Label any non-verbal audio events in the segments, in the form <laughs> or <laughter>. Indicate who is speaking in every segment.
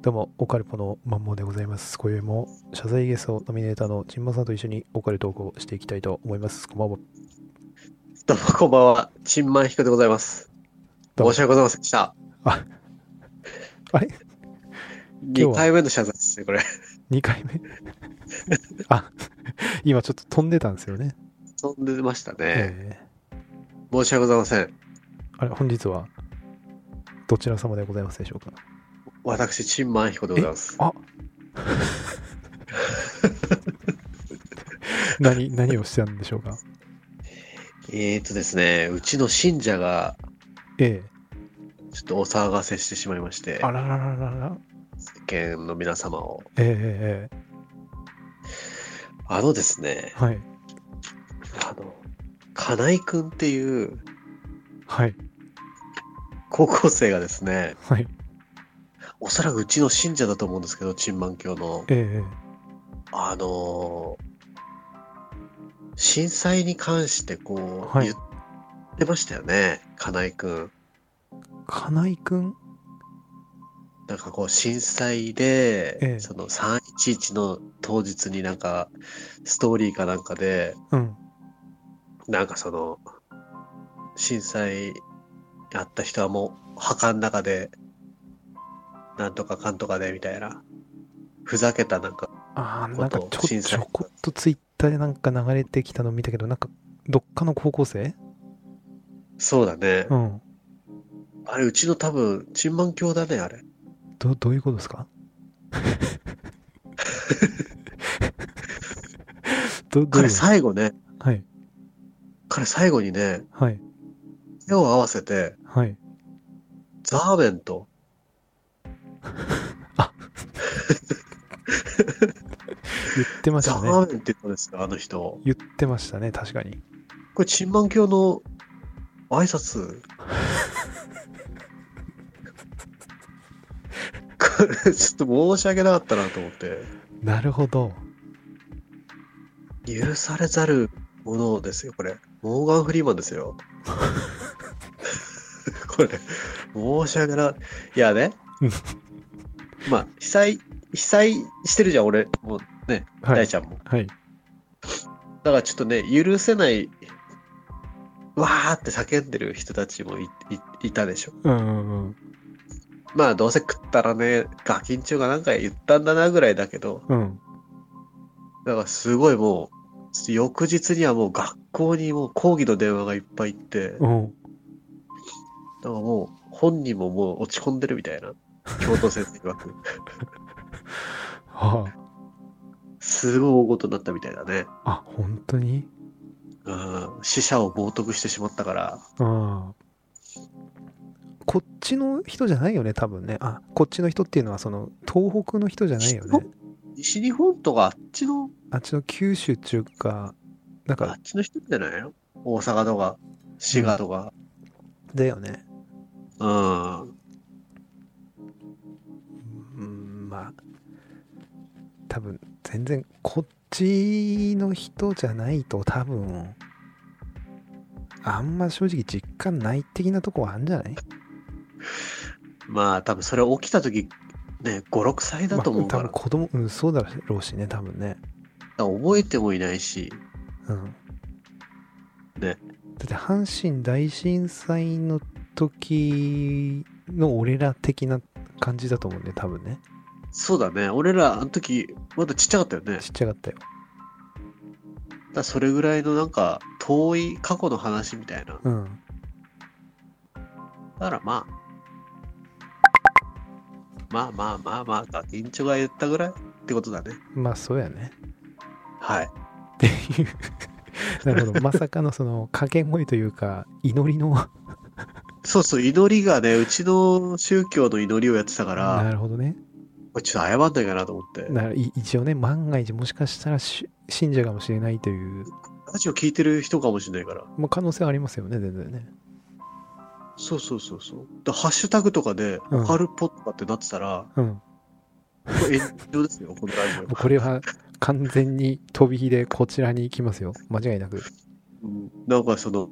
Speaker 1: どうも、オカルポのマンモーでございます。今宵も謝罪ゲストノミネーターのチンマさんと一緒にオカルトークをしていきたいと思います。こんばんは。
Speaker 2: どうもこんばんは、チンマンヒコでございます。
Speaker 1: どうも
Speaker 2: 申し訳ございませんでした。
Speaker 1: あ、あれ日は
Speaker 2: 2回目の謝罪ですね、これ。
Speaker 1: ?2 回 <laughs> 目あ、今ちょっと飛んでたんですよね。
Speaker 2: 飛んでましたね。
Speaker 1: え
Speaker 2: 申し訳ございません。
Speaker 1: えあれ、本日はどちら様でございますでしょうか
Speaker 2: 私、チンマンヒコでございます。
Speaker 1: <laughs> あ何、何をしてたんでしょうか
Speaker 2: えー、っとですね、うちの信者が
Speaker 1: え
Speaker 2: ちょっとお騒がせしてしまいまし
Speaker 1: え
Speaker 2: て、
Speaker 1: あらららららら。
Speaker 2: 世間の皆様を。
Speaker 1: えええええ
Speaker 2: あのですね、
Speaker 1: えはい。
Speaker 2: あの、金井くんっていう
Speaker 1: はい。
Speaker 2: 高校生がですね、
Speaker 1: はい。
Speaker 2: おそらくうちの信者だと思うんですけど、チンマン教の。
Speaker 1: ええええ
Speaker 2: あのー震災に関してこう
Speaker 1: はい
Speaker 2: 言ってましたよね、金井くん。
Speaker 1: 金井くん
Speaker 2: なんかこう震災で、
Speaker 1: ええ
Speaker 2: その311の当日になんかストーリーかなんかで、
Speaker 1: うん。
Speaker 2: なんかその、震災あった人はもう墓の中で、なんとかかんとかでみたいな、ふざけたなんか、
Speaker 1: ああ、なんかち
Speaker 2: こ
Speaker 1: ょ
Speaker 2: と審査
Speaker 1: ちょこっとツイッターでなんか流れてきたの見たけど、なんかどっかの高校生
Speaker 2: そうだね。
Speaker 1: うん。
Speaker 2: あれ、うちの多分、チンマン教だね、あれ。
Speaker 1: ど、どういうことですか <laughs> ど、どうい
Speaker 2: 彼
Speaker 1: う
Speaker 2: 最後ね、
Speaker 1: はい。
Speaker 2: 彼最後にね、
Speaker 1: はい。
Speaker 2: 手を合わせて、
Speaker 1: はい。
Speaker 2: ザーメンと、
Speaker 1: 言ってまし
Speaker 2: ザ
Speaker 1: たね。
Speaker 2: ーメンって言ったんですよ、あの人。
Speaker 1: 言ってましたね、確かに。
Speaker 2: これ、チンマン教の挨
Speaker 1: <laughs>
Speaker 2: 拶。これ、ちょっと申し訳なかったなと思って、
Speaker 1: なるほど。
Speaker 2: 許されざるものですよ、これ。モーガン・フリーマンですよ。 <laughs> これ、申し訳な、いやね
Speaker 1: うん。
Speaker 2: まあ、被災、被災してるじゃん、俺、もう、
Speaker 1: は
Speaker 2: 大
Speaker 1: い。
Speaker 2: ちゃんも。
Speaker 1: はい。
Speaker 2: だからちょっとね、許せない、わーって叫んでる人たちもいいいたでしょ。
Speaker 1: うんうんうん。
Speaker 2: まあ、どうせ食ったらね、ガキンチョがなんか言ったんだなぐらいだけど、
Speaker 1: うん。
Speaker 2: だからすごいもう、翌日にはもう学校にもう抗議の電話がいっぱい行って、だか
Speaker 1: うん。
Speaker 2: らもう本人ももう落ち込んでるみたいな、教頭先生曰く。
Speaker 1: は
Speaker 2: すごい大事になったみたいだね。
Speaker 1: あ。あ、本当に
Speaker 2: うん、死者を冒涜してしまったから、
Speaker 1: ああ。こっちの人じゃないよね、多分ね。あ、こっちの人っていうのは、その、東北の人じゃないよね。
Speaker 2: 西日本とかあっちの、
Speaker 1: あっちの九州っていうか、なん
Speaker 2: あ
Speaker 1: か、
Speaker 2: っちの人じゃないの大阪とか、滋賀とか、
Speaker 1: だよね。
Speaker 2: うん。
Speaker 1: うん、まあ、多分、全然、こっちの人じゃないと、多分、あんま正直実感ない的なとこはあるんじゃない
Speaker 2: まあ、多分それ起きた時ね、5、6歳だと思う
Speaker 1: まあ
Speaker 2: か
Speaker 1: 多
Speaker 2: ら
Speaker 1: 分、子供、うん、そうだろうしね、多分ね。
Speaker 2: 覚えてもいないし、
Speaker 1: うん。
Speaker 2: ね
Speaker 1: だって阪神大震災の時の俺ら的な感じだと思うんで多分ね
Speaker 2: そうだね、俺ら、あの時、まだちっちゃかったよね。だか
Speaker 1: ちっちゃかったよ
Speaker 2: らそれぐらいのなんか、遠い過去の話みたいな。
Speaker 1: うん
Speaker 2: だからまあ、まあまあまあまあ、ガキンチョが言ったぐらいってことだね。
Speaker 1: まあそうやね
Speaker 2: はい。
Speaker 1: っていう <laughs> なるほどまさかのその掛け声というか祈りの
Speaker 2: そうそう、祈りがね、うちの宗教の祈りをやってたから、
Speaker 1: なるほどね
Speaker 2: これちょっと謝んないかなと思って。
Speaker 1: なるい一応ね万が一もしかしたらし信者かもしれないという、
Speaker 2: ラジオ聞いてる人かもしれないから。
Speaker 1: まあ、可能性はありますよね全然ね
Speaker 2: そうそうそうそう。でハッシュタグとかで、
Speaker 1: うん
Speaker 2: オカルポとかってなってたら、
Speaker 1: うんも
Speaker 2: これ炎上ですよ、このラジ
Speaker 1: う
Speaker 2: オ。
Speaker 1: <laughs> これは完全に飛び火でこちらに行きますよ間違いなく
Speaker 2: うんなんかその、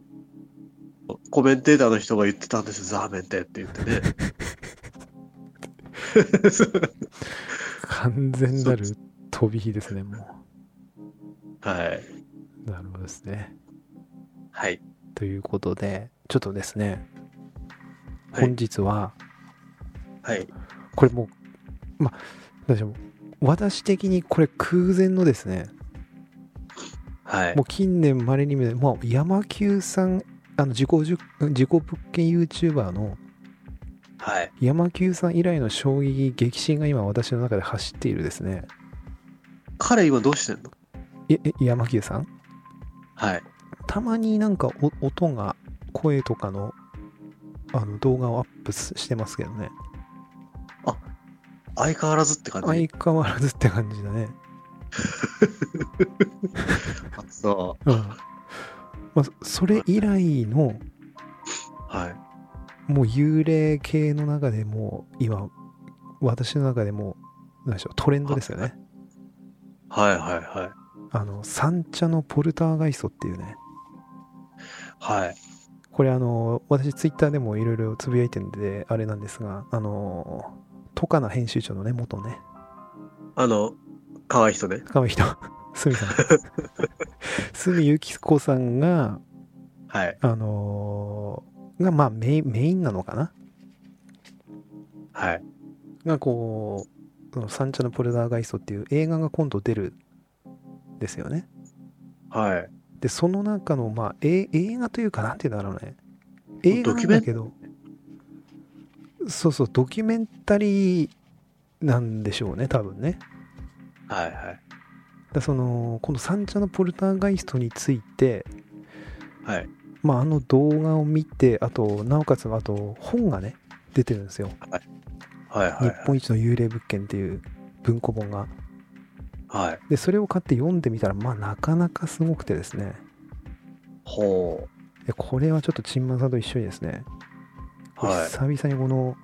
Speaker 1: <laughs>
Speaker 2: コメンテーターの人が言ってたんですよ、ザーメンってって言ってね。
Speaker 1: 完全なる飛び火ですね、も
Speaker 2: はい。
Speaker 1: う。なるほどですね。
Speaker 2: はい。
Speaker 1: ということで、ちょっとですね、
Speaker 2: はい
Speaker 1: 本日は、
Speaker 2: はい。
Speaker 1: これもう、まあ、私も、私的にこれ空前のですね、
Speaker 2: はい
Speaker 1: も。う近年まれに見る、もう山久さん、あの自己受自己物件 YouTuber の
Speaker 2: はい。
Speaker 1: 山久さん以来の衝撃激震が今私の中で走っているですね。
Speaker 2: 彼今どうしてんの
Speaker 1: え、え山久さん
Speaker 2: はい。
Speaker 1: たまになんかお音が、声とかのあの動画をアップすしてますけどね。
Speaker 2: 相変わらずって感じ。
Speaker 1: 相変わらずって感じだね。
Speaker 2: あそ
Speaker 1: うん。まあ、それ以来の、
Speaker 2: う。はい。
Speaker 1: もう幽霊系の中でもう今私の中でもう何でしょうトレンドですよね
Speaker 2: はいはいはい。
Speaker 1: あの三茶のポルターガイストっていうね
Speaker 2: はい。
Speaker 1: これあの私ツイッターでもいろいろつぶやいてるんであれなんですがあのトカナ編集長のね元ね
Speaker 2: あの、可愛い人ね。
Speaker 1: 高見人 <laughs> すみさんすみゆき子さんが
Speaker 2: はい。
Speaker 1: あのがまあメインメインなのかな
Speaker 2: はい。
Speaker 1: がこうその三茶のポルターガイストっていう映画が今度出るんですよね
Speaker 2: はい。
Speaker 1: でその中の、まあ、え映画というかなんて言うんだろうね映画なんだけどそうそうドキュメンタリーなんでしょうね多分ね
Speaker 2: はいはい。
Speaker 1: だそのこの「三茶のポルターガイスト」について、
Speaker 2: はい。
Speaker 1: まあ、あの動画を見てあとなおかつあと本がね出てるんですよ、
Speaker 2: はいはい
Speaker 1: 日本一の幽霊物件っていう文庫本が
Speaker 2: はい。はい。
Speaker 1: でそれを買って読んでみたらまあなかなかすごくてですね
Speaker 2: ほ
Speaker 1: でこれはちょっとチンマンさんと一緒にですね
Speaker 2: う。はい。
Speaker 1: 久々にこの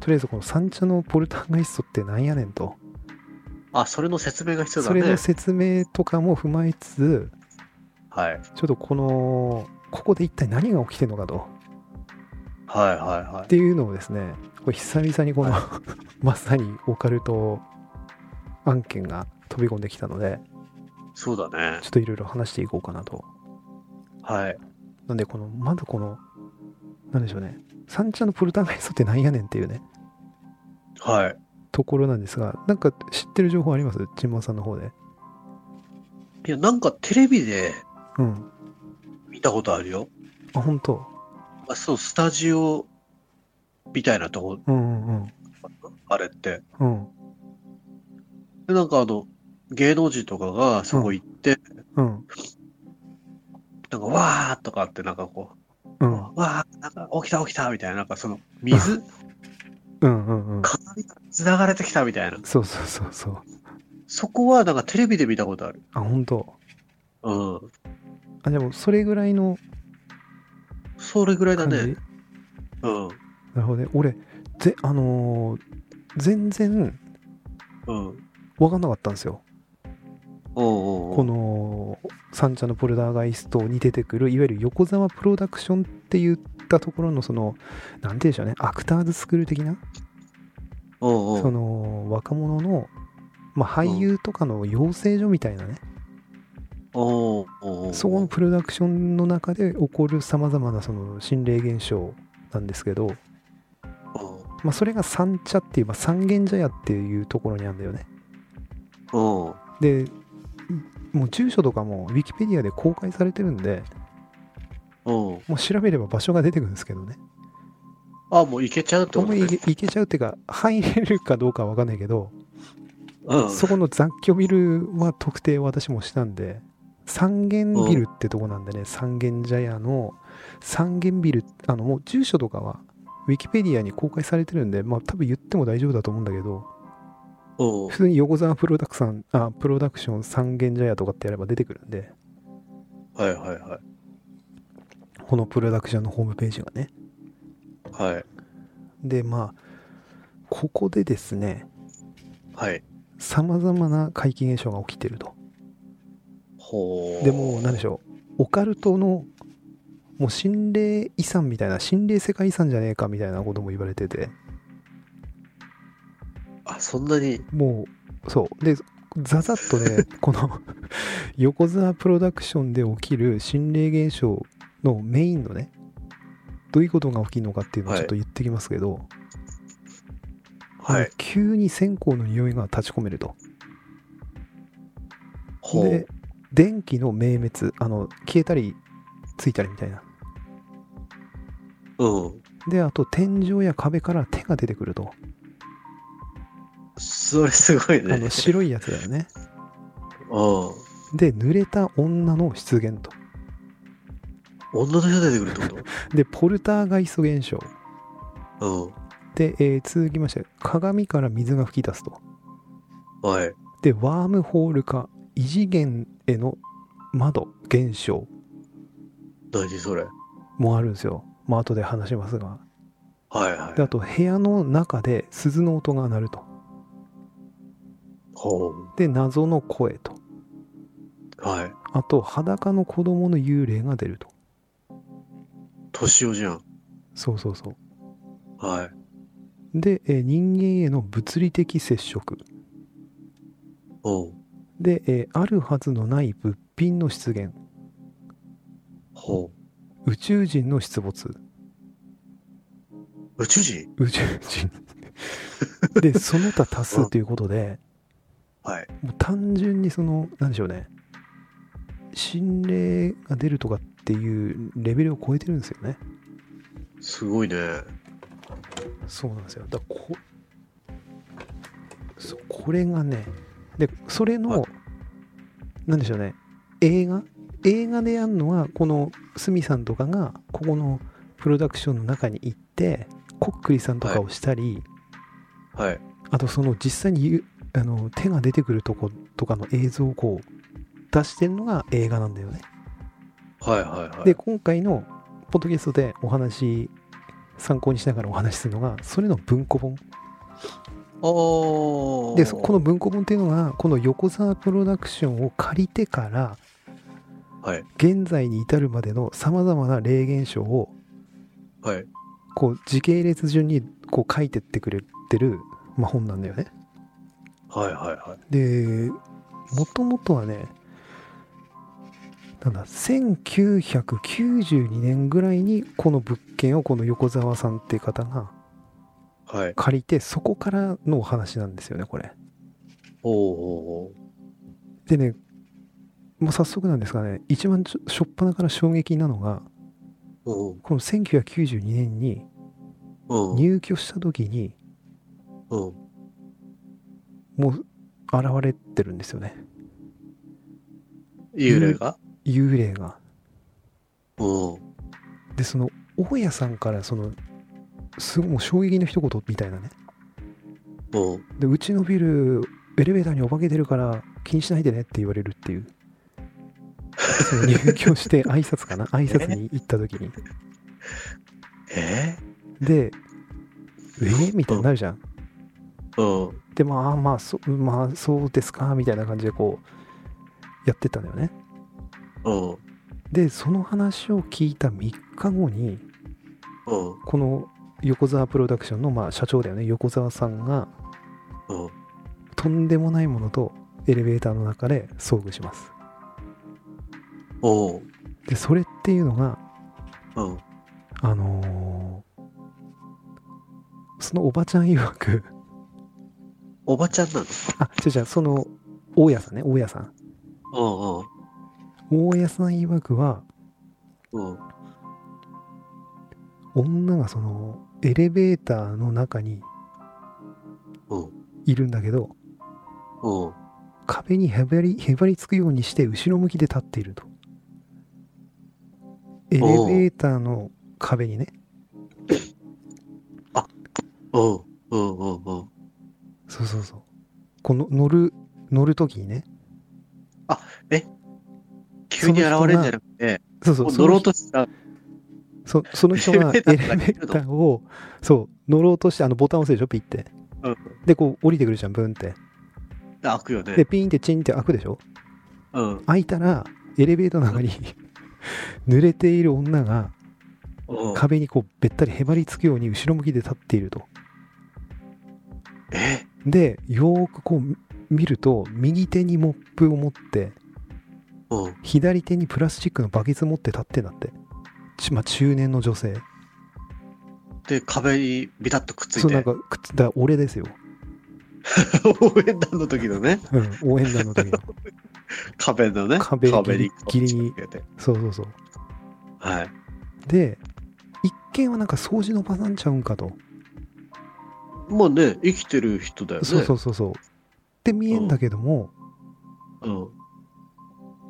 Speaker 1: とりあえずこの三茶のポルターガイストってなんやねんと
Speaker 2: あ、それの説明が必
Speaker 1: そ,、
Speaker 2: 要だ
Speaker 1: れ
Speaker 2: ね
Speaker 1: の。説明とかも踏まえつつ
Speaker 2: はい。
Speaker 1: ちょっとこのここで一体何が起きてるのかと
Speaker 2: はいはいは
Speaker 1: っ
Speaker 2: い。
Speaker 1: ていうのをですねこれ久々にこの、 <laughs> まさにオカルト案件が飛び込んできたので
Speaker 2: そうだね
Speaker 1: ちょ。っといろいろ話していこうかなと
Speaker 2: はい。
Speaker 1: なんでこのまずこのなんでしょうね三茶のポルターガイストってなんやねんっていうね
Speaker 2: はい。
Speaker 1: ところなんですがなんか知ってる情報ありますちんまんさんの方で
Speaker 2: いや、なんかテレビで
Speaker 1: うん
Speaker 2: 見たことあるよ。
Speaker 1: あ本当
Speaker 2: あそう、スタジオみたいなとこ、
Speaker 1: うんうんうん
Speaker 2: あれって。
Speaker 1: うん
Speaker 2: で、なんかあの、芸能人とかがそこ行って、
Speaker 1: うん
Speaker 2: なんか、わーとかって、なんかこ
Speaker 1: う
Speaker 2: う、
Speaker 1: ん
Speaker 2: わー、なんか起きた起きたみたいな、なんかその、
Speaker 1: <laughs>
Speaker 2: 水、
Speaker 1: うんうんうん
Speaker 2: 鏡が繋がれてきたみたいな。
Speaker 1: そうそうそうそう
Speaker 2: そこはなんかテレビで見たことある。
Speaker 1: あ本当
Speaker 2: うん。
Speaker 1: あでもそれぐらいの
Speaker 2: それぐらいだ
Speaker 1: 感じ、
Speaker 2: ね。うん。
Speaker 1: なるほどね俺ぜあのー全然
Speaker 2: うん。
Speaker 1: 分かんなかったんですよ
Speaker 2: おうおうおう
Speaker 1: この三茶のポルダーガイストに出てくるいわゆる横澤プロダクションって言ったところのそのなんて言うんでしょうねアクターズスクール的な
Speaker 2: おうおう
Speaker 1: その若者の、まあ、俳優とかの養成所みたいなね
Speaker 2: おうおうおう
Speaker 1: そこのプロダクションの中で起こるさまざまなその心霊現象なんですけど、まあ、それが三茶っていう、まあ、三軒茶屋っていうところにあるんだよね。
Speaker 2: おう
Speaker 1: で、もう住所とかもウィキペディアで公開されてるんで、
Speaker 2: おう
Speaker 1: もう調べれば場所が出てくるんですけどね。
Speaker 2: あ、もう行けちゃうって
Speaker 1: あん
Speaker 2: こと
Speaker 1: ま
Speaker 2: ね
Speaker 1: りいけいけちゃうっていうか、入れるかどうかは分かんないけど、
Speaker 2: うん。
Speaker 1: そこの雑居ビルは特定を私もしたんで、三軒ビルってとこなんでね、三軒茶屋の三軒ビル、あのもう住所とかはウィキペディアに公開されてるんで、まあ多分言っても大丈夫だと思うんだけど、
Speaker 2: おう
Speaker 1: 普通に横澤プロダクション、あ、プロダクション三軒茶屋とかってやれば出てくるんで、
Speaker 2: はいはいはい。
Speaker 1: このプロダクションのホームページがね。
Speaker 2: はい。
Speaker 1: で、まあ、ここでですね、
Speaker 2: はい。
Speaker 1: さまざまな怪奇現象が起きてると。
Speaker 2: ほう。
Speaker 1: でもう何でしょうオカルトのもう心霊遺産みたいな心霊世界遺産じゃねえかみたいなことも言われてて
Speaker 2: あ、そんなに、
Speaker 1: もうそうでざざっと
Speaker 2: <laughs>
Speaker 1: ねこの横綱プロダクションで起きる心霊現象のメインのねどういうことが起きるのかっていうのを
Speaker 2: はい
Speaker 1: ちょっと言ってきますけど、
Speaker 2: は
Speaker 1: あの
Speaker 2: い。
Speaker 1: 急に線香の匂いが立ち込めると
Speaker 2: ほ
Speaker 1: で
Speaker 2: う。
Speaker 1: 電気の明滅あの消えたりついたりみたいな
Speaker 2: うん。
Speaker 1: であと天井や壁から手が出てくると
Speaker 2: それすごい
Speaker 1: あ
Speaker 2: ね。
Speaker 1: の白いやつだよね
Speaker 2: うん。
Speaker 1: で濡れた女の出現と
Speaker 2: 女の人出てくるってこ
Speaker 1: でポルターガイスト現象
Speaker 2: と
Speaker 1: で、えー続きまして鏡から水が噴き出すと
Speaker 2: うん。はい。
Speaker 1: でワームホール化異次元への窓現象
Speaker 2: 何それ。
Speaker 1: もあるんですよまあ後で話しますが
Speaker 2: はいは
Speaker 1: であと部屋の中で鈴の音が鳴ると
Speaker 2: い。ほう。
Speaker 1: で謎の声と
Speaker 2: はい。
Speaker 1: あと裸の子供の幽霊が出ると
Speaker 2: 年をじゃん。
Speaker 1: そうそうそう
Speaker 2: はい。
Speaker 1: で、えー人間への物理的接触
Speaker 2: うん。
Speaker 1: で、えーあるはずのない物品の出現
Speaker 2: ほ
Speaker 1: 宇宙人の出没
Speaker 2: う。宇宙人
Speaker 1: 宇宙人
Speaker 2: <laughs>
Speaker 1: でその他多数ということで
Speaker 2: はい。
Speaker 1: もう単純にそのなんでしょうね心霊が出るとかっていうレベルを超えてるんですよね
Speaker 2: すごいね。
Speaker 1: そうなんですよだからこそうこれがねでそれ
Speaker 2: はい
Speaker 1: のなんでしょうね映画映画でやるのはこのスミさんとかがここのプロダクションの中に行ってコックリさんとかをしたり、
Speaker 2: はい。
Speaker 1: あとその実際にゆあの手が出てくるとことかの映像をこう出してるのが映画なんだよね。
Speaker 2: はいはいはい。
Speaker 1: で今回のポッドキャストでお話参考にしながらお話しするのがそれの文庫本
Speaker 2: おー。
Speaker 1: でそこの文庫本っていうのがこの横澤プロダクションを借りてから
Speaker 2: はい。
Speaker 1: 現在に至るまでのさまざまな霊現象を
Speaker 2: はい。
Speaker 1: こう時系列順にこう書いてってくれてる、まあ、本なんだよね。
Speaker 2: はいはいはい。
Speaker 1: でもともとはねなんだ1992年ぐらいにこの物件をこの横澤さんっていう方が
Speaker 2: はい。
Speaker 1: 借りてそこからのお話なんですよねこれ
Speaker 2: おーおー
Speaker 1: でねもう早速なんですがね一番ちょ初っ端から衝撃なのが
Speaker 2: おー。
Speaker 1: この1992年に
Speaker 2: うん。うん。
Speaker 1: 入居した時に
Speaker 2: うん。
Speaker 1: もう現れてるんですよね
Speaker 2: 幽霊が
Speaker 1: 幽霊が
Speaker 2: うん。
Speaker 1: でその大家さんからそのすごいもう衝撃の一言みたいなね
Speaker 2: うん。
Speaker 1: でうちのビルエレベーターにお化け出るから気にしないでねって言われるっていうその入居して挨拶かな挨拶に行った時に
Speaker 2: え
Speaker 1: でえーみたいになるじゃん
Speaker 2: ーうん。
Speaker 1: でまあまあそ,、まあ、そうですかみたいな感じでこうやってったんだよね
Speaker 2: うん。
Speaker 1: でその話を聞いた3日後に
Speaker 2: うん。
Speaker 1: この横澤プロダクションのまあ社長だよね横澤さんが
Speaker 2: うん。
Speaker 1: とんでもないものとエレベーターの中で遭遇します
Speaker 2: うん。
Speaker 1: でそれっていうのが
Speaker 2: うん。
Speaker 1: あのーそのおばちゃん曰く <laughs>
Speaker 2: おばちゃんなの
Speaker 1: あ違う違うその大家さんね大家さん大家さん曰くは
Speaker 2: うんうん。うん。
Speaker 1: 女がそのエレベーターの中に
Speaker 2: うん。
Speaker 1: いるんだけど
Speaker 2: うん。
Speaker 1: 壁にへばりへばりつくようにして後ろ向きで立っているとエレベーターの壁にね
Speaker 2: うん。うん。うん。うん。
Speaker 1: そうそうそうこの乗る乗る時にね
Speaker 2: 急に現れるんじゃなくて、
Speaker 1: そうそう
Speaker 2: もう
Speaker 1: そ
Speaker 2: 乗
Speaker 1: の
Speaker 2: ろうとした。
Speaker 1: そその人がエレ
Speaker 2: エレ
Speaker 1: ベ
Speaker 2: ベ
Speaker 1: ー
Speaker 2: ーターの中にいるの
Speaker 1: ターをそう乗ろうとしてあのボタン押すでしょピッて
Speaker 2: うん。
Speaker 1: でこう降りてくるじゃんブンって
Speaker 2: 開くよね
Speaker 1: で。ピーンってチンって開くでしょ
Speaker 2: うん。
Speaker 1: 開いたらエレベーターの中に <laughs> 濡れている女が
Speaker 2: うん。
Speaker 1: 壁にこうべったりへばりつくように後ろ向きで立っていると
Speaker 2: え
Speaker 1: でよーくこう見ると右手にモップを持って
Speaker 2: うん。
Speaker 1: 左手にプラスチックのバケツ持って立ってんだってちまあ、中年の女性
Speaker 2: で、壁にビタッとくっつい
Speaker 1: そうなん
Speaker 2: て。
Speaker 1: かくっつだから俺ですよ、
Speaker 2: <laughs> 応援団の時のね、
Speaker 1: うん、応援団の時の
Speaker 2: <laughs> 壁のね、
Speaker 1: 壁ギリ
Speaker 2: に
Speaker 1: ギリに
Speaker 2: こう近づけて
Speaker 1: そうそうそう
Speaker 2: はい。
Speaker 1: で一見はなんか掃除のおばさんちゃうんかと、
Speaker 2: まあね、生きてる人だよね。
Speaker 1: そうそうそうそうって見えんだけども、
Speaker 2: うん。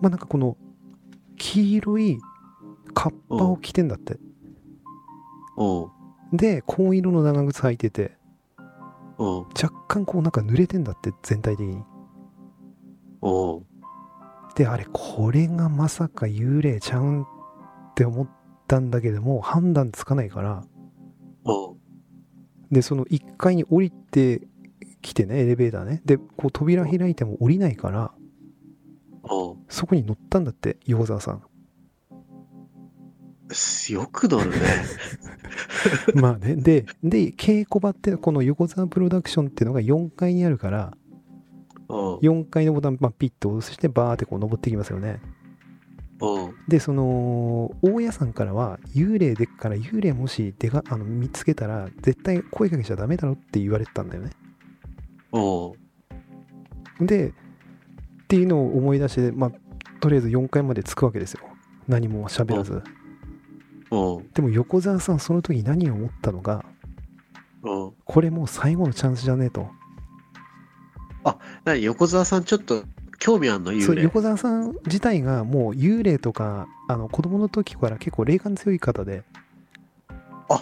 Speaker 1: まあなんかこの黄色いカッパを着てんだって、
Speaker 2: うん。
Speaker 1: で紺色の長靴履いてて
Speaker 2: うん。
Speaker 1: 若干こうなんか濡れてんだって全体的に
Speaker 2: うん。
Speaker 1: であれこれがまさか幽霊ちゃうんって思ったんだけども判断つかないから
Speaker 2: うん。
Speaker 1: でその1階に降りてきてねエレベーターねでこう扉開いても降りないから
Speaker 2: うん。
Speaker 1: そこに乗ったんだって横澤さん
Speaker 2: よくなるね。
Speaker 1: <laughs> まあねでで稽古場ってこの横澤プロダクションっていうのが4階にあるから
Speaker 2: うん。
Speaker 1: 4階のボタン、まあ、ピッと押してバーってこう登っていきますよね
Speaker 2: うん。
Speaker 1: でその大家さんからは幽霊でっから幽霊もしでかあの見つけたら絶対声かけちゃダメだろって言われてたんだよね
Speaker 2: うん。
Speaker 1: でっていうのを思い出して、まあ、とりあえず4階まで着くわけですよ何も喋らず
Speaker 2: うん。
Speaker 1: でも横澤さんその時何を思ったのが
Speaker 2: うん。
Speaker 1: これもう最後のチャンスじゃねえと
Speaker 2: なに横澤さん、ちょっと興味あんの
Speaker 1: そ
Speaker 2: 幽
Speaker 1: う
Speaker 2: 霊。
Speaker 1: 横澤さん自体がもう幽霊とかあの子供の時から結構霊感強い方で
Speaker 2: あ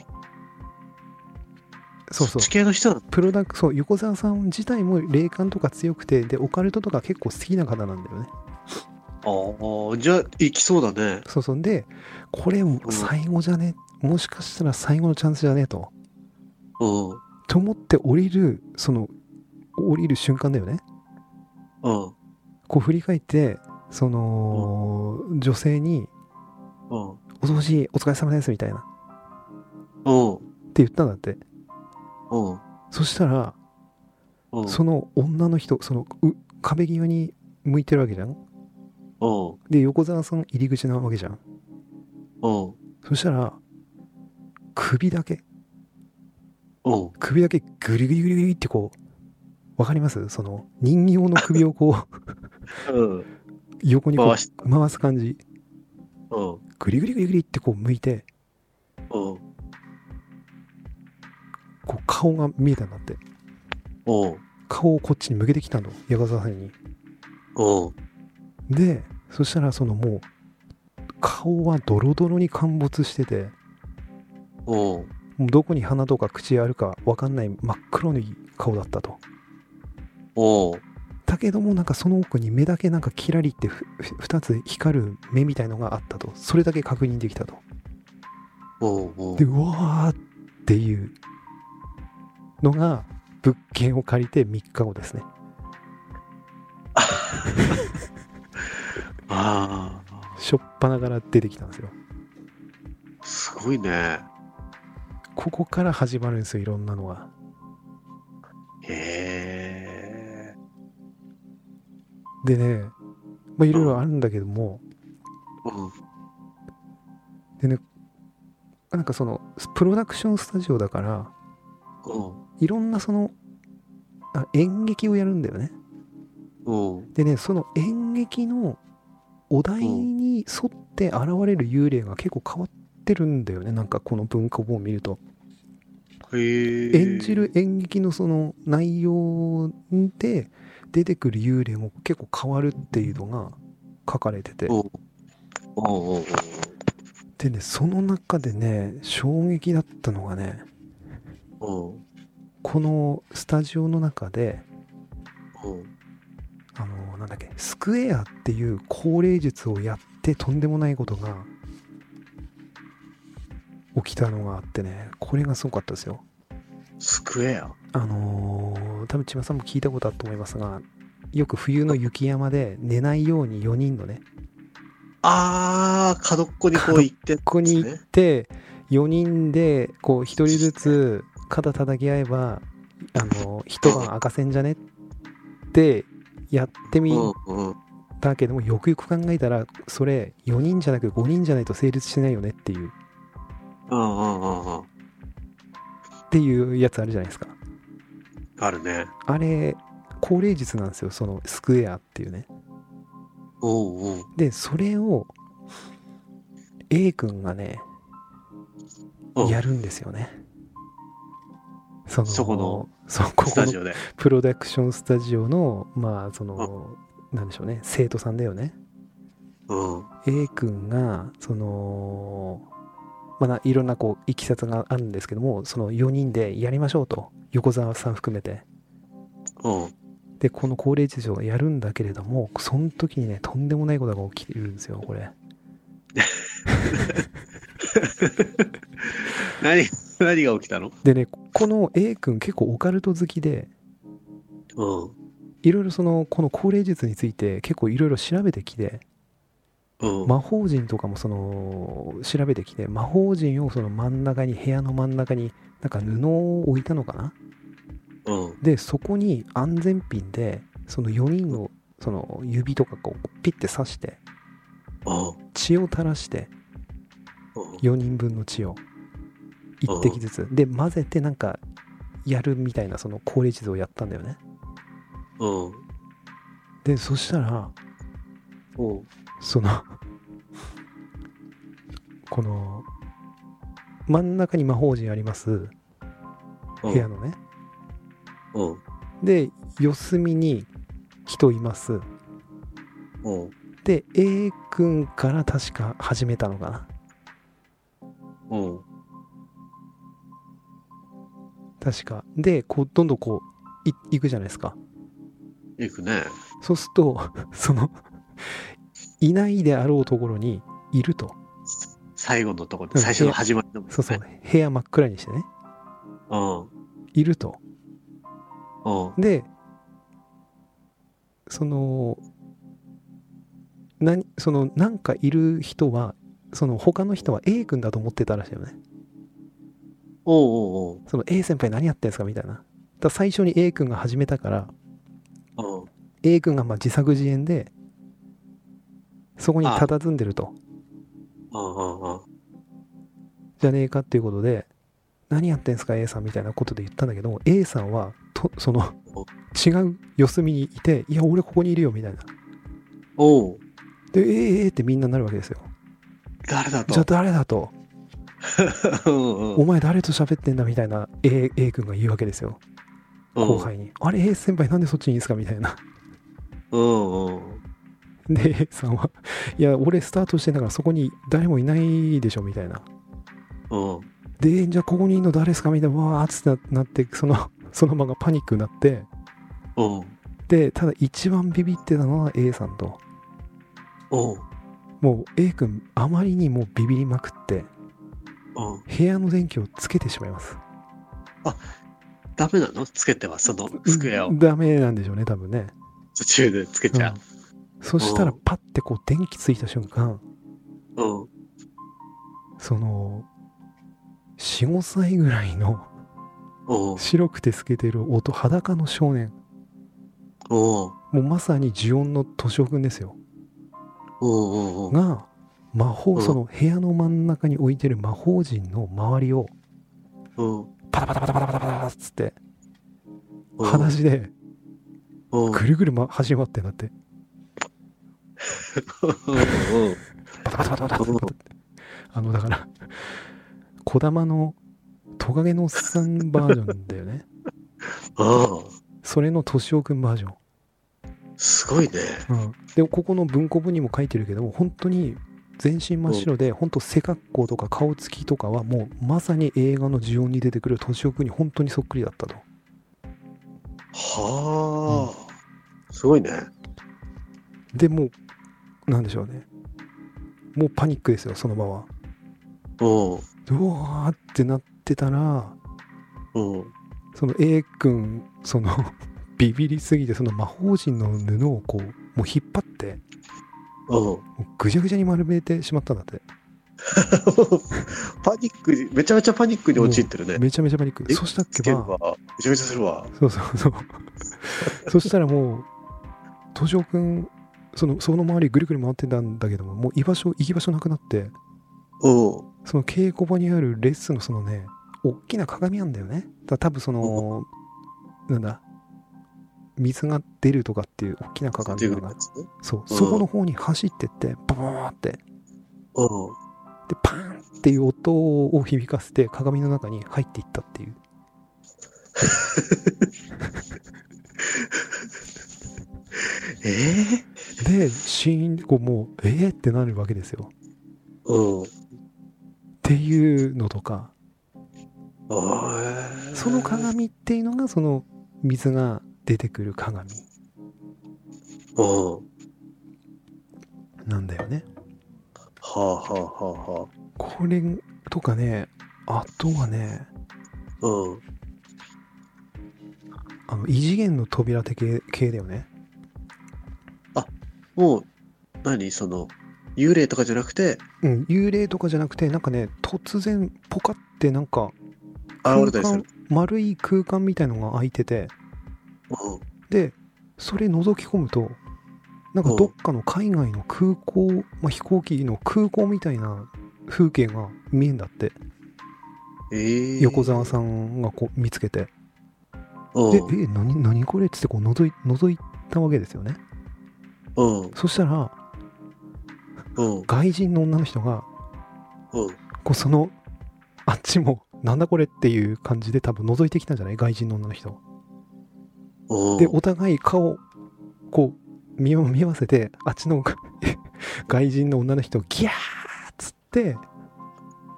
Speaker 1: そうそう
Speaker 2: 地形の人なの
Speaker 1: プロダクそう横澤さん自体も霊感とか強くてでオカルトとか結構好きな方なんだよね
Speaker 2: ああ、じゃあ、行きそうだね。
Speaker 1: そうそうでこれも
Speaker 2: うん
Speaker 1: 最後じゃねもしかしたら最後のチャンスじゃねえと
Speaker 2: うん。
Speaker 1: と思って降りるその降りる瞬間だよね
Speaker 2: うん。
Speaker 1: こう振り返ってその、女性に
Speaker 2: う
Speaker 1: 「
Speaker 2: ん。
Speaker 1: お掃除お疲れ様です」みたいなっ
Speaker 2: うん。
Speaker 1: て言ったんだって
Speaker 2: うん。
Speaker 1: そしたら
Speaker 2: うん。
Speaker 1: その女の人そのう壁際に向いてるわけじゃん
Speaker 2: うん。
Speaker 1: で横澤さん入り口なわけじゃん
Speaker 2: うん。
Speaker 1: そしたら首だけ
Speaker 2: うん。
Speaker 1: 首だけグリグリグリグリってこうわかりますその人形の首をこう <laughs>
Speaker 2: うん。
Speaker 1: 横にこう
Speaker 2: 回し
Speaker 1: 回す感じ
Speaker 2: うん。
Speaker 1: グリグリグリグリってこう向いて
Speaker 2: うん。
Speaker 1: こう顔が見えたんだって
Speaker 2: うん。
Speaker 1: 顔をこっちに向けてきたの矢沢さんに
Speaker 2: うん。
Speaker 1: でそしたらそのもう顔はドロドロに陥没してて
Speaker 2: うん。
Speaker 1: もうどこに鼻とか口あるかわかんない真っ黒い顔だったと
Speaker 2: うん。
Speaker 1: だけどもなんかその奥に目だけなんかキラリってふふ2つ光る目みたいのがあったとそれだけ確認できたと
Speaker 2: うん。うん
Speaker 1: で。うわーっていうのが物件を借りて3日後ですね
Speaker 2: ああ。
Speaker 1: しょっぱなから出てきたんですよ
Speaker 2: すごいね。
Speaker 1: ここから始まるんですよいろんなのが
Speaker 2: へえ。
Speaker 1: でねまあいろいろあるんだけども
Speaker 2: うん。
Speaker 1: なんかそのプロダクションスタジオだから
Speaker 2: うん。
Speaker 1: いろんなそのあ演劇をやるんだよね
Speaker 2: うん。
Speaker 1: でねその演劇のお題に沿って現れる幽霊が結構変わってるんだよねなんかこの文庫本を見ると
Speaker 2: へえ。
Speaker 1: 演じ。る演劇のその内容で出てくる幽霊も結構変わるっていうのが書かれてて
Speaker 2: うん。うん。うん。うん。
Speaker 1: でねその中でね衝撃だったのがね
Speaker 2: うん。
Speaker 1: このスタジオの中で
Speaker 2: うん。
Speaker 1: あのなんだっけスクエアっていう高齢術をやってとんでもないことが起きたのがあってねこれがすごかったですよ
Speaker 2: スクエア。
Speaker 1: あのー多分千葉さんも聞いたことあると思いますがよく冬の雪山で寝ないように4人のね
Speaker 2: ああ、角っこにこう行って、ね。
Speaker 1: ここに行って4人でこう1人ずつ肩叩き合えばあの一晩明かせんじゃねってやってみ
Speaker 2: うんうん。
Speaker 1: たけども、よくよく考えたらそれ4人じゃなく5人じゃないと成立しないよねっていう
Speaker 2: うんうんうんうん。
Speaker 1: っていうやつあるじゃないですか
Speaker 2: あるね。
Speaker 1: あれ高齢術なんですよそのスクエアっていうね
Speaker 2: おうおう。
Speaker 1: でそれを A 君がね
Speaker 2: うん
Speaker 1: やるんですよねその
Speaker 2: そこの
Speaker 1: そうこ
Speaker 2: ス
Speaker 1: こ
Speaker 2: タ
Speaker 1: の
Speaker 2: ジオで。
Speaker 1: プロダクションスタジオのまあそのなんでしょうね生徒さんだよね
Speaker 2: うん。うん
Speaker 1: A 君がそのまあないろんなこういきさつがあるんですけどもその4人でやりましょうと横澤さん含めてでこの高齢事情をやるんだけれどもその時にねとんでもないことが起きてるんですよこれ
Speaker 2: 何、何が起きたの
Speaker 1: でねこの A 君結構オカルト好きで
Speaker 2: うん。
Speaker 1: いろいろそのこの高齢術について結構いろいろ調べてきて
Speaker 2: うん。
Speaker 1: 魔法陣とかもその調べてきて魔法陣をその真ん中に部屋の真ん中になんか布を置いたのかな
Speaker 2: うん。
Speaker 1: でそこに安全ピンでその4人をその指とかこうピッて刺して
Speaker 2: うん。
Speaker 1: 血を垂らして
Speaker 2: うん
Speaker 1: 4人分の血を1滴ずつで混ぜてなんかやるみたいなその高齢地図をやったんだよね
Speaker 2: うん。
Speaker 1: でそしたら
Speaker 2: うん。
Speaker 1: そのこの真ん中に魔法陣あります部屋のね
Speaker 2: うん。
Speaker 1: で四隅に人います
Speaker 2: うん。
Speaker 1: で A 君から確か始めたのかな
Speaker 2: うん。
Speaker 1: 確かでこうどんどんこうい行くじゃないですか
Speaker 2: いくね。
Speaker 1: そうすると <laughs> そのいないであろうところにいると
Speaker 2: 最後のとこ
Speaker 1: う
Speaker 2: ろ、
Speaker 1: ん
Speaker 2: 最初の始まりの。
Speaker 1: そうそう。部屋真っ暗にしてね
Speaker 2: うん。
Speaker 1: いると
Speaker 2: うん。
Speaker 1: でその何そのなんかいる人はその他の人は A 君だと思ってたらしいよね
Speaker 2: おうおう
Speaker 1: その A 先輩何やってんすかみたいなだから最初に A 君が始めたから
Speaker 2: おう。
Speaker 1: A 君がまあ自作自演でそこに佇んでると
Speaker 2: うん。うんうんうん。
Speaker 1: じゃねえかっていうことで何やってんすか A さんみたいなことで言ったんだけども A さんはとその
Speaker 2: お
Speaker 1: 違う四隅にいていや俺ここにいるよみたいな
Speaker 2: おう。
Speaker 1: でえー、えーってみんななるわけですよ
Speaker 2: 誰だと。
Speaker 1: じゃあ誰だと
Speaker 2: うんう
Speaker 1: お
Speaker 2: ん
Speaker 1: 前誰と喋ってんだみたいな A, A 君が言うわけですよ
Speaker 2: うん
Speaker 1: 後輩に、あれ A 先輩なんでそっちにいいんすかみたいな <laughs>
Speaker 2: うんうん。
Speaker 1: で A さんはいや俺スタートしてんだからそこに誰もいないでしょみたいな
Speaker 2: うん。
Speaker 1: でじゃあここにいるの誰ですかみたいなわーっつってなってそのその場がパニックになって
Speaker 2: うん。
Speaker 1: でただ一番ビビってたのは A さんと
Speaker 2: うん。
Speaker 1: もう A 君あまりにもうビビりまくって
Speaker 2: うん。
Speaker 1: 部屋の電気をつけてしまいます
Speaker 2: ダメなのつけては、そのスクエアを
Speaker 1: うんダメなんでしょうね多分ね、
Speaker 2: 途中でつけちゃう。
Speaker 1: うんそしたら
Speaker 2: うん
Speaker 1: パッてこう電気ついた瞬間
Speaker 2: うん。
Speaker 1: その45歳ぐらいの
Speaker 2: うん。
Speaker 1: 白くて透けてる音裸の少年
Speaker 2: うん。
Speaker 1: もうまさに呪音の図書君ですよ
Speaker 2: うんうんうん。
Speaker 1: が魔法
Speaker 2: うん
Speaker 1: その部屋の真ん中に置いてる魔法陣の周りを
Speaker 2: うん。
Speaker 1: パタパタパタパタパタパタっつって
Speaker 2: うん
Speaker 1: 裸足で
Speaker 2: うん。
Speaker 1: ぐるぐるま走り回ってんだって
Speaker 2: うんうん。
Speaker 1: パタパタパタパタパタってあのだから小玉のトカゲのおっさんバージョンだよね
Speaker 2: うん。
Speaker 1: それの敏夫君バージョン
Speaker 2: すごいね。
Speaker 1: うん、でここの文庫部にも書いてるけども本当に全身真っ白で本当背格好とか顔つきとかはもうまさに映画の呪音に出てくる敏夫君に本当にそっくりだったと
Speaker 2: はあ。すごいね。
Speaker 1: でもうなんでしょうねもうパニックですよその場は
Speaker 2: うん。
Speaker 1: うわーってなってたら
Speaker 2: <laughs> うん。
Speaker 1: その A 君その <laughs> ビビりすぎてその魔法陣の布をこうもう引っ張って
Speaker 2: うん。
Speaker 1: もうぐちゃぐちゃに丸めてしまったんだって
Speaker 2: パニックに、めちゃめちゃパニックに陥ってるね。
Speaker 1: めちゃめちゃパニック。
Speaker 2: え
Speaker 1: そしたっ
Speaker 2: つ
Speaker 1: け
Speaker 2: ける
Speaker 1: ば、
Speaker 2: わ。めちゃめちゃするわ。
Speaker 1: そうそうそう。そしたらもう、 <laughs> 敏夫君、その、その周りぐるぐる回ってたんだけども、もう居場所、行き場所なくなって、
Speaker 2: うん。
Speaker 1: その稽古場にあるレッスンのそのね、大きな鏡なんだよね。だ多分その、なんだ、水が出るとかっていう大きな鏡
Speaker 2: 出
Speaker 1: な
Speaker 2: て
Speaker 1: ん
Speaker 2: くるや
Speaker 1: だ。
Speaker 2: つね。
Speaker 1: そう、
Speaker 2: うん
Speaker 1: そこの方に走ってって、ババーって、
Speaker 2: うん。
Speaker 1: で、パーンっていう音を響かせて、鏡の中に入っていったっていう。
Speaker 2: ええ
Speaker 1: で、シーンでこう、もう、えーってなるわけですよ。
Speaker 2: うん。
Speaker 1: っていうのとか、
Speaker 2: あー
Speaker 1: その鏡っていうのがその水が出てくる鏡
Speaker 2: うん。は
Speaker 1: なんだよね。
Speaker 2: あはあはあは
Speaker 1: これとかね、あとはね、
Speaker 2: あ。うん。
Speaker 1: あの異次元の扉的系だよね。
Speaker 2: もう、何その、幽霊とかじゃなくて、
Speaker 1: うん、幽霊とかじゃなくて、なんかね、突然ポカってなんか
Speaker 2: 現れたりする。
Speaker 1: 丸い空間みたいのが開いてて、
Speaker 2: うん。
Speaker 1: で、それ覗き込むと、なんかどっかの海外の空港、まあ、飛行機の空港みたいな風景が見えんだって、
Speaker 2: ええ
Speaker 1: 横澤さんがこう見つけて。
Speaker 2: うん。
Speaker 1: で、え、何、何これっつってこう覗い、覗いたわけですよね。
Speaker 2: うん。
Speaker 1: そしたら、
Speaker 2: うん。
Speaker 1: 外人の女の人が、
Speaker 2: うん。
Speaker 1: こうその、あっちも、なんだこれっていう感じで多分覗いてきたんじゃない外人の女の人。
Speaker 2: うん。
Speaker 1: で、お互い顔、こう、見よ見合わせて、あっちの <laughs> 外人の女の人をギャーっつって、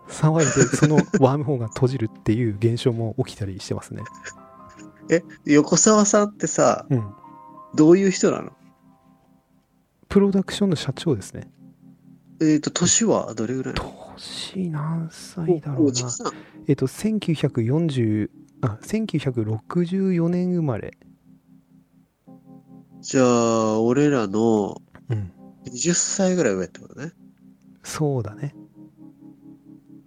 Speaker 1: 騒いで、そのワームホールが閉じるっていう現象も起きたりして
Speaker 2: <laughs>
Speaker 1: ますね。
Speaker 2: え、横澤さんってさ、
Speaker 1: うん。
Speaker 2: どういう人なの
Speaker 1: プロダクションの社長ですね。
Speaker 2: えっ、と、年はどれぐらいなの
Speaker 1: 年何歳だろう
Speaker 2: お
Speaker 1: な
Speaker 2: お。じさん
Speaker 1: えっと、1940あ1964年生まれ、
Speaker 2: じゃあ、俺らの
Speaker 1: うん、
Speaker 2: 20歳ぐらい上ってことね。
Speaker 1: そうだね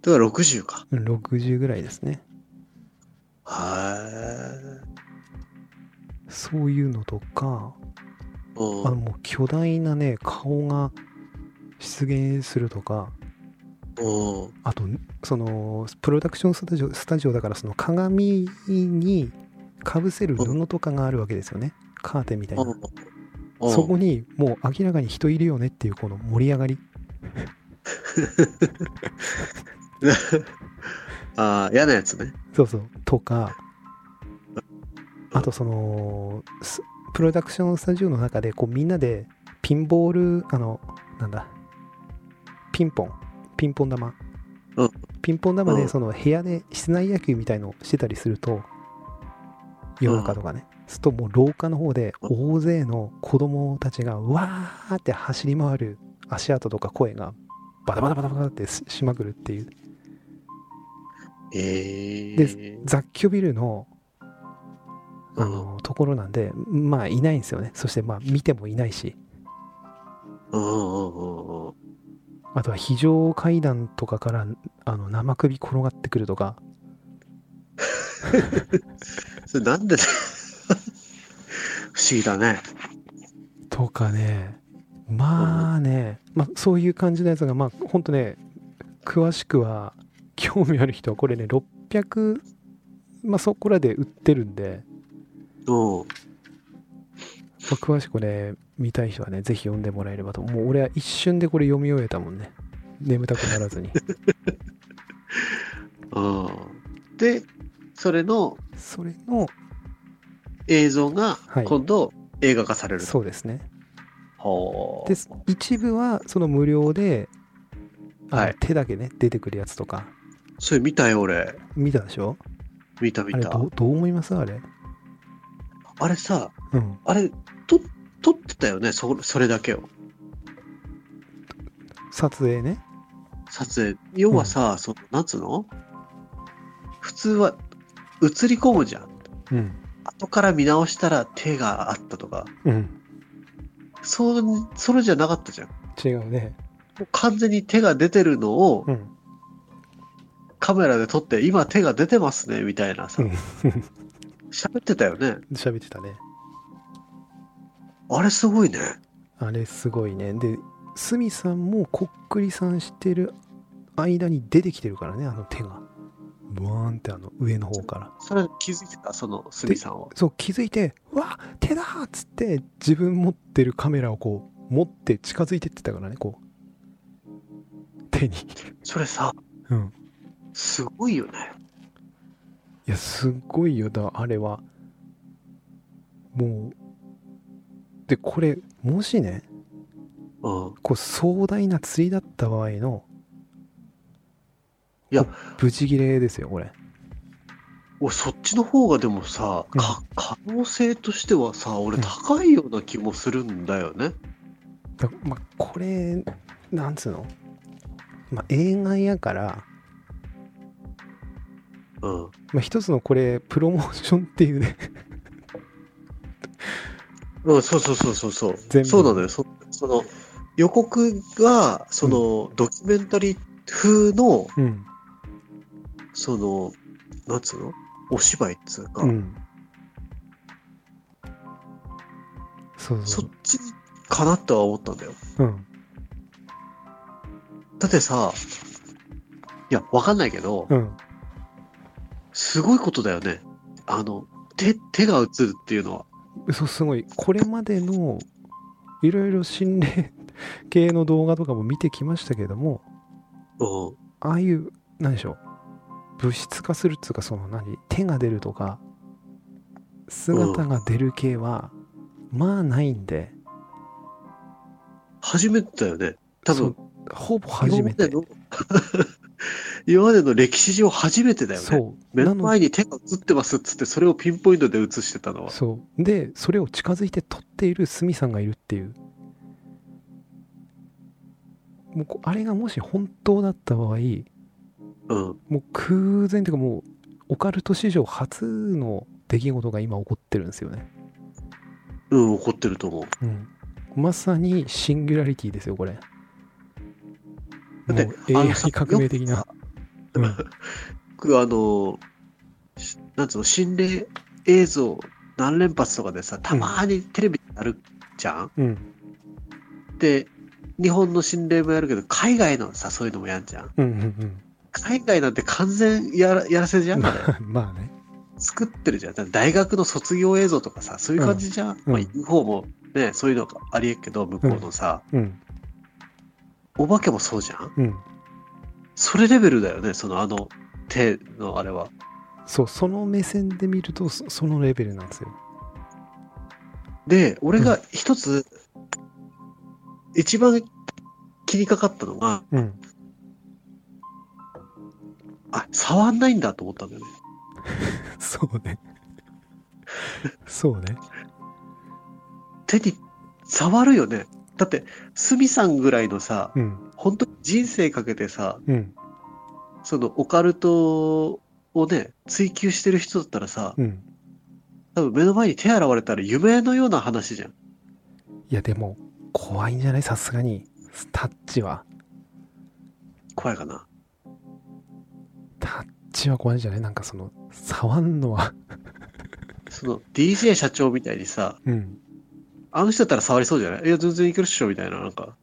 Speaker 2: だから60か。
Speaker 1: うん60ぐらいですね
Speaker 2: は
Speaker 1: そういうのとか
Speaker 2: い。うん。
Speaker 1: あのもう巨大なね顔が出現するとか
Speaker 2: うん。
Speaker 1: あとそのプロダクションスタジオスタジオだからその鏡にかぶせる布とかがあるわけですよねカーテンみたいな
Speaker 2: うん
Speaker 1: そこにもう明らかに人いるよねっていうこの盛り上がり
Speaker 2: ああ、嫌なやつね。
Speaker 1: そうそう。とか、あとその、すプロダクションスタジオの中で、こうみんなでピンボール、あの、なんだ、ピンポン、ピンポン玉。
Speaker 2: うん
Speaker 1: ピンポン玉
Speaker 2: う
Speaker 1: で、
Speaker 2: ん
Speaker 1: その部屋で室内野球みたいのをしてたりすると、夜中とかね。するともう廊下の方で大勢の子供たちがわーって走り回る足跡とか声がバタバタバタバタってししまくるっていう
Speaker 2: ええ
Speaker 1: で雑居ビルのあの、ところなんでまあいないんですよねそしてまあ見てもいないし
Speaker 2: うんうんうんうん。
Speaker 1: あとは非常階段とかからあの生首転がってくるとか
Speaker 2: それなんでね <laughs> 不思議だね。
Speaker 1: とかねまあね、まあ、そういう感じのやつがまあほんとね詳しくは興味ある人はこれね600まあそこらで売ってるんで、
Speaker 2: うん。
Speaker 1: まあ詳しくね見たい人はねぜひ読んでもらえればともう俺は一瞬でこれ読み終えたもんね眠たくならずに
Speaker 2: うん。で、それの
Speaker 1: それの
Speaker 2: 映像が
Speaker 1: はい
Speaker 2: 今度映画化されると。
Speaker 1: そうですね
Speaker 2: ほう
Speaker 1: で一部はその無料で、あの
Speaker 2: はい
Speaker 1: 手だけね出てくるやつとか
Speaker 2: それ見たよ、俺。
Speaker 1: 見たでしょ
Speaker 2: 見た
Speaker 1: あ
Speaker 2: 見
Speaker 1: れ
Speaker 2: た。
Speaker 1: ど
Speaker 2: あ
Speaker 1: うどう思いますあれ
Speaker 2: れさ、
Speaker 1: うん
Speaker 2: あれ、と、撮ってたよね、そ、それだけを。
Speaker 1: 撮影ね
Speaker 2: 撮影。要はさ、その、なんつうの普通は映り込むじゃん。
Speaker 1: うん
Speaker 2: 後から見直したら手があったとか。
Speaker 1: うん
Speaker 2: そう、それじゃなかったじゃん。
Speaker 1: 違うね
Speaker 2: もう完全に手が出てるのを
Speaker 1: うん
Speaker 2: カメラで撮って、今手が出てますね、みたいなさ
Speaker 1: うん。 <laughs>
Speaker 2: 喋ってたよね。
Speaker 1: 喋ってたね
Speaker 2: あれすごいね。
Speaker 1: あれすごいねで鷲見さんもこっくりさんしてる間に出てきてるからねあの手がブワーンってあの上の方から
Speaker 2: それ気づいてた、その、すみさんは。
Speaker 1: そう気づいて「うわ手だ!」っつって自分持ってるカメラをこう持って近づいてってたからねこう手に
Speaker 2: それさ、
Speaker 1: うん
Speaker 2: すごいよね。
Speaker 1: いやすごいよだあれはもうでこれもしね
Speaker 2: うん。
Speaker 1: こう壮大な釣りだった場合の
Speaker 2: いや
Speaker 1: こうブチギレですよこれ
Speaker 2: 俺、そっちの方がでもさ、か可能性としてはさ、俺
Speaker 1: うん
Speaker 2: 高いような気もするんだよね。
Speaker 1: だまあこれなんつうの、まあ、映画やから、
Speaker 2: うん。
Speaker 1: まあ、一つのこれプロモーションっていうね
Speaker 2: うん、そうそうそうそうそう。
Speaker 1: 全部
Speaker 2: そうなのよ。そその、予告が、その、ドキュメンタリー風の、
Speaker 1: うん
Speaker 2: その、なんつうのお芝居っつうか、
Speaker 1: うんそうそ
Speaker 2: そうっちかなとは思ったんだよ。
Speaker 1: そううん
Speaker 2: だってさ、いや、わかんないけど、
Speaker 1: うん
Speaker 2: すごいことだよね。あの、手、手が映るっていうのは。
Speaker 1: そうすごいこれまでのいろいろ心霊系の動画とかも見てきましたけども
Speaker 2: うん。
Speaker 1: ああいう何でしょう物質化するっつうかその何手が出るとか姿が出る系は、まあないんで
Speaker 2: 初めてだよね。多分、
Speaker 1: そうほぼ初めて
Speaker 2: 今までの <laughs> 今までの歴史上初めてだよね。
Speaker 1: そう
Speaker 2: 目
Speaker 1: な
Speaker 2: の
Speaker 1: の
Speaker 2: 前に手が映ってますっつって、それをピンポイントで映してたのは。
Speaker 1: そうでそれを近づいて撮っているスミさんがいるっていうもうこあれがもし本当だった場合
Speaker 2: うん。
Speaker 1: もう空前というかもうオカルト史上初の出来事が今起こってるんですよね、
Speaker 2: うん、怒ってると思
Speaker 1: う
Speaker 2: う。
Speaker 1: ん、まさにシンギュラリティですよこれ
Speaker 2: だって
Speaker 1: もう
Speaker 2: あの
Speaker 1: AI
Speaker 2: さ
Speaker 1: 革命的な
Speaker 2: よ
Speaker 1: うん
Speaker 2: くあの、しなんつうの、心霊映像何連発とかでさ、たまーにテレビあるじゃん、
Speaker 1: うん
Speaker 2: で、日本の心霊もやるけど、海外のさ、そういうのもやんじゃん。
Speaker 1: うんうん <laughs>
Speaker 2: 海外なんて完全やらやらせじゃ
Speaker 1: うん
Speaker 2: ん、
Speaker 1: ま
Speaker 2: あ <laughs> れ。
Speaker 1: あまあね
Speaker 2: 作ってるじゃん。だから大学の卒業映像とかさ、そういう感じじゃ
Speaker 1: う
Speaker 2: ん。
Speaker 1: ん
Speaker 2: まあ、向こうもね、そういうのがありえっけど、向こうのさ、
Speaker 1: うん
Speaker 2: お化けもそうじゃん。
Speaker 1: うん
Speaker 2: それレベルだよね、そのあの手のあれは。
Speaker 1: そうその目線で見るとそそのレベルなんですよ
Speaker 2: で、俺が一つ、一番気にかかったのが、
Speaker 1: うん
Speaker 2: あ、触んないんだと思ったんだよね。
Speaker 1: そうねそうね
Speaker 2: 手に触るよね。だって、スミさんぐらいのさ、
Speaker 1: うん
Speaker 2: 本当に人生かけてさ、
Speaker 1: うん
Speaker 2: そのオカルトをね、追求してる人だったらさ、
Speaker 1: うん
Speaker 2: 多分目の前に手現れたら夢のような話じゃん。
Speaker 1: いやでも怖いんじゃないさすがにタッチは
Speaker 2: 怖いかな。
Speaker 1: タッチは怖いんじゃないなんかその触んのは
Speaker 2: その DJ 社長みたいにさ、
Speaker 1: うん
Speaker 2: あの人だったら触りそうじゃないいや、全然いけるっしょ、みたいな、なんか。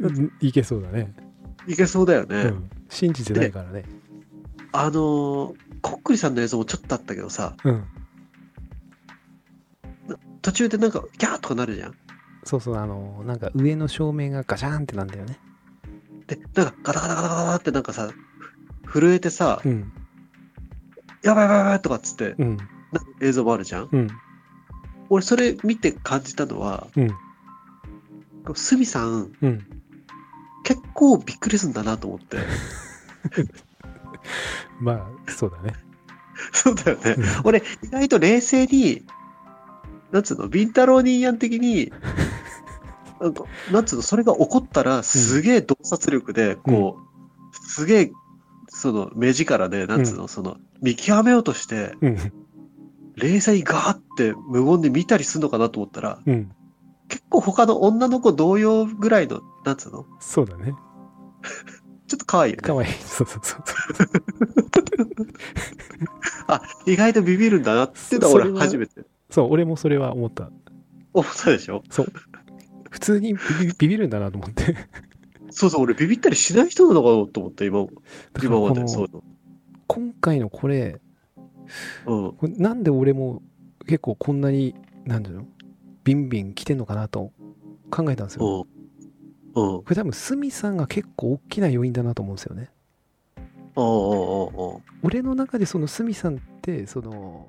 Speaker 1: うんいけそうだね、
Speaker 2: いけそうだよね。
Speaker 1: うん、信じてないからね
Speaker 2: あのーこっくりさんの映像もちょっとあったけどさ、
Speaker 1: うん
Speaker 2: 途中でなんか、ギャーとかなるじゃん。
Speaker 1: そうそうあのなんか上の照明がガシャーンってなんだよね
Speaker 2: で、なんか、ガタガタガタガタってなんかさ、震えてさ、
Speaker 1: うん
Speaker 2: やばいやばいやばいとかっつって、
Speaker 1: うん
Speaker 2: な映像もあるじゃん。
Speaker 1: うん
Speaker 2: 俺、それ見て感じたのは、
Speaker 1: うん
Speaker 2: スミさん、
Speaker 1: うん
Speaker 2: 結構びっくりすんだなと思って。
Speaker 1: まあそうだね
Speaker 2: <laughs> そうだよね。俺、意外と冷静に、なんつうの、ビンタローニーヤン的 <laughs> に、なんかなんつうの、それが起こったら、すげえ洞察力で、こう、すげえ、その、目力で、なんつうの、その、見極めようとして、
Speaker 1: うん
Speaker 2: 冷静にガーって無言で見たりするのかなと思ったら、
Speaker 1: うん
Speaker 2: 結構他の女の子同様ぐらいの、なんつうの
Speaker 1: そうだね。
Speaker 2: ちょっと可愛いよね
Speaker 1: か。わいい。そうそうそうそう。
Speaker 2: あ、意外とビビるんだなっていうのは
Speaker 1: そそ
Speaker 2: 俺
Speaker 1: れは
Speaker 2: 初めて。
Speaker 1: そう、俺もそれは思った。
Speaker 2: 思ったでしょ
Speaker 1: 普通にビビビビるんだなと思って。
Speaker 2: <laughs> そうそう、俺ビビったりしない人なのかなと思った、今、
Speaker 1: だから
Speaker 2: 今ま
Speaker 1: こ
Speaker 2: で。
Speaker 1: の
Speaker 2: そういう
Speaker 1: 今回のこれ、
Speaker 2: の。うん。
Speaker 1: これなんで俺も結構こんなに、なんだろう、ビンビン来てんのかなと考えたんですよ。こ
Speaker 2: うん。うん。
Speaker 1: れ多分、スミさんが結構大きな要因だなと思うんですよね。
Speaker 2: おうおうおうおう
Speaker 1: 俺の中でそのスミさんって、その、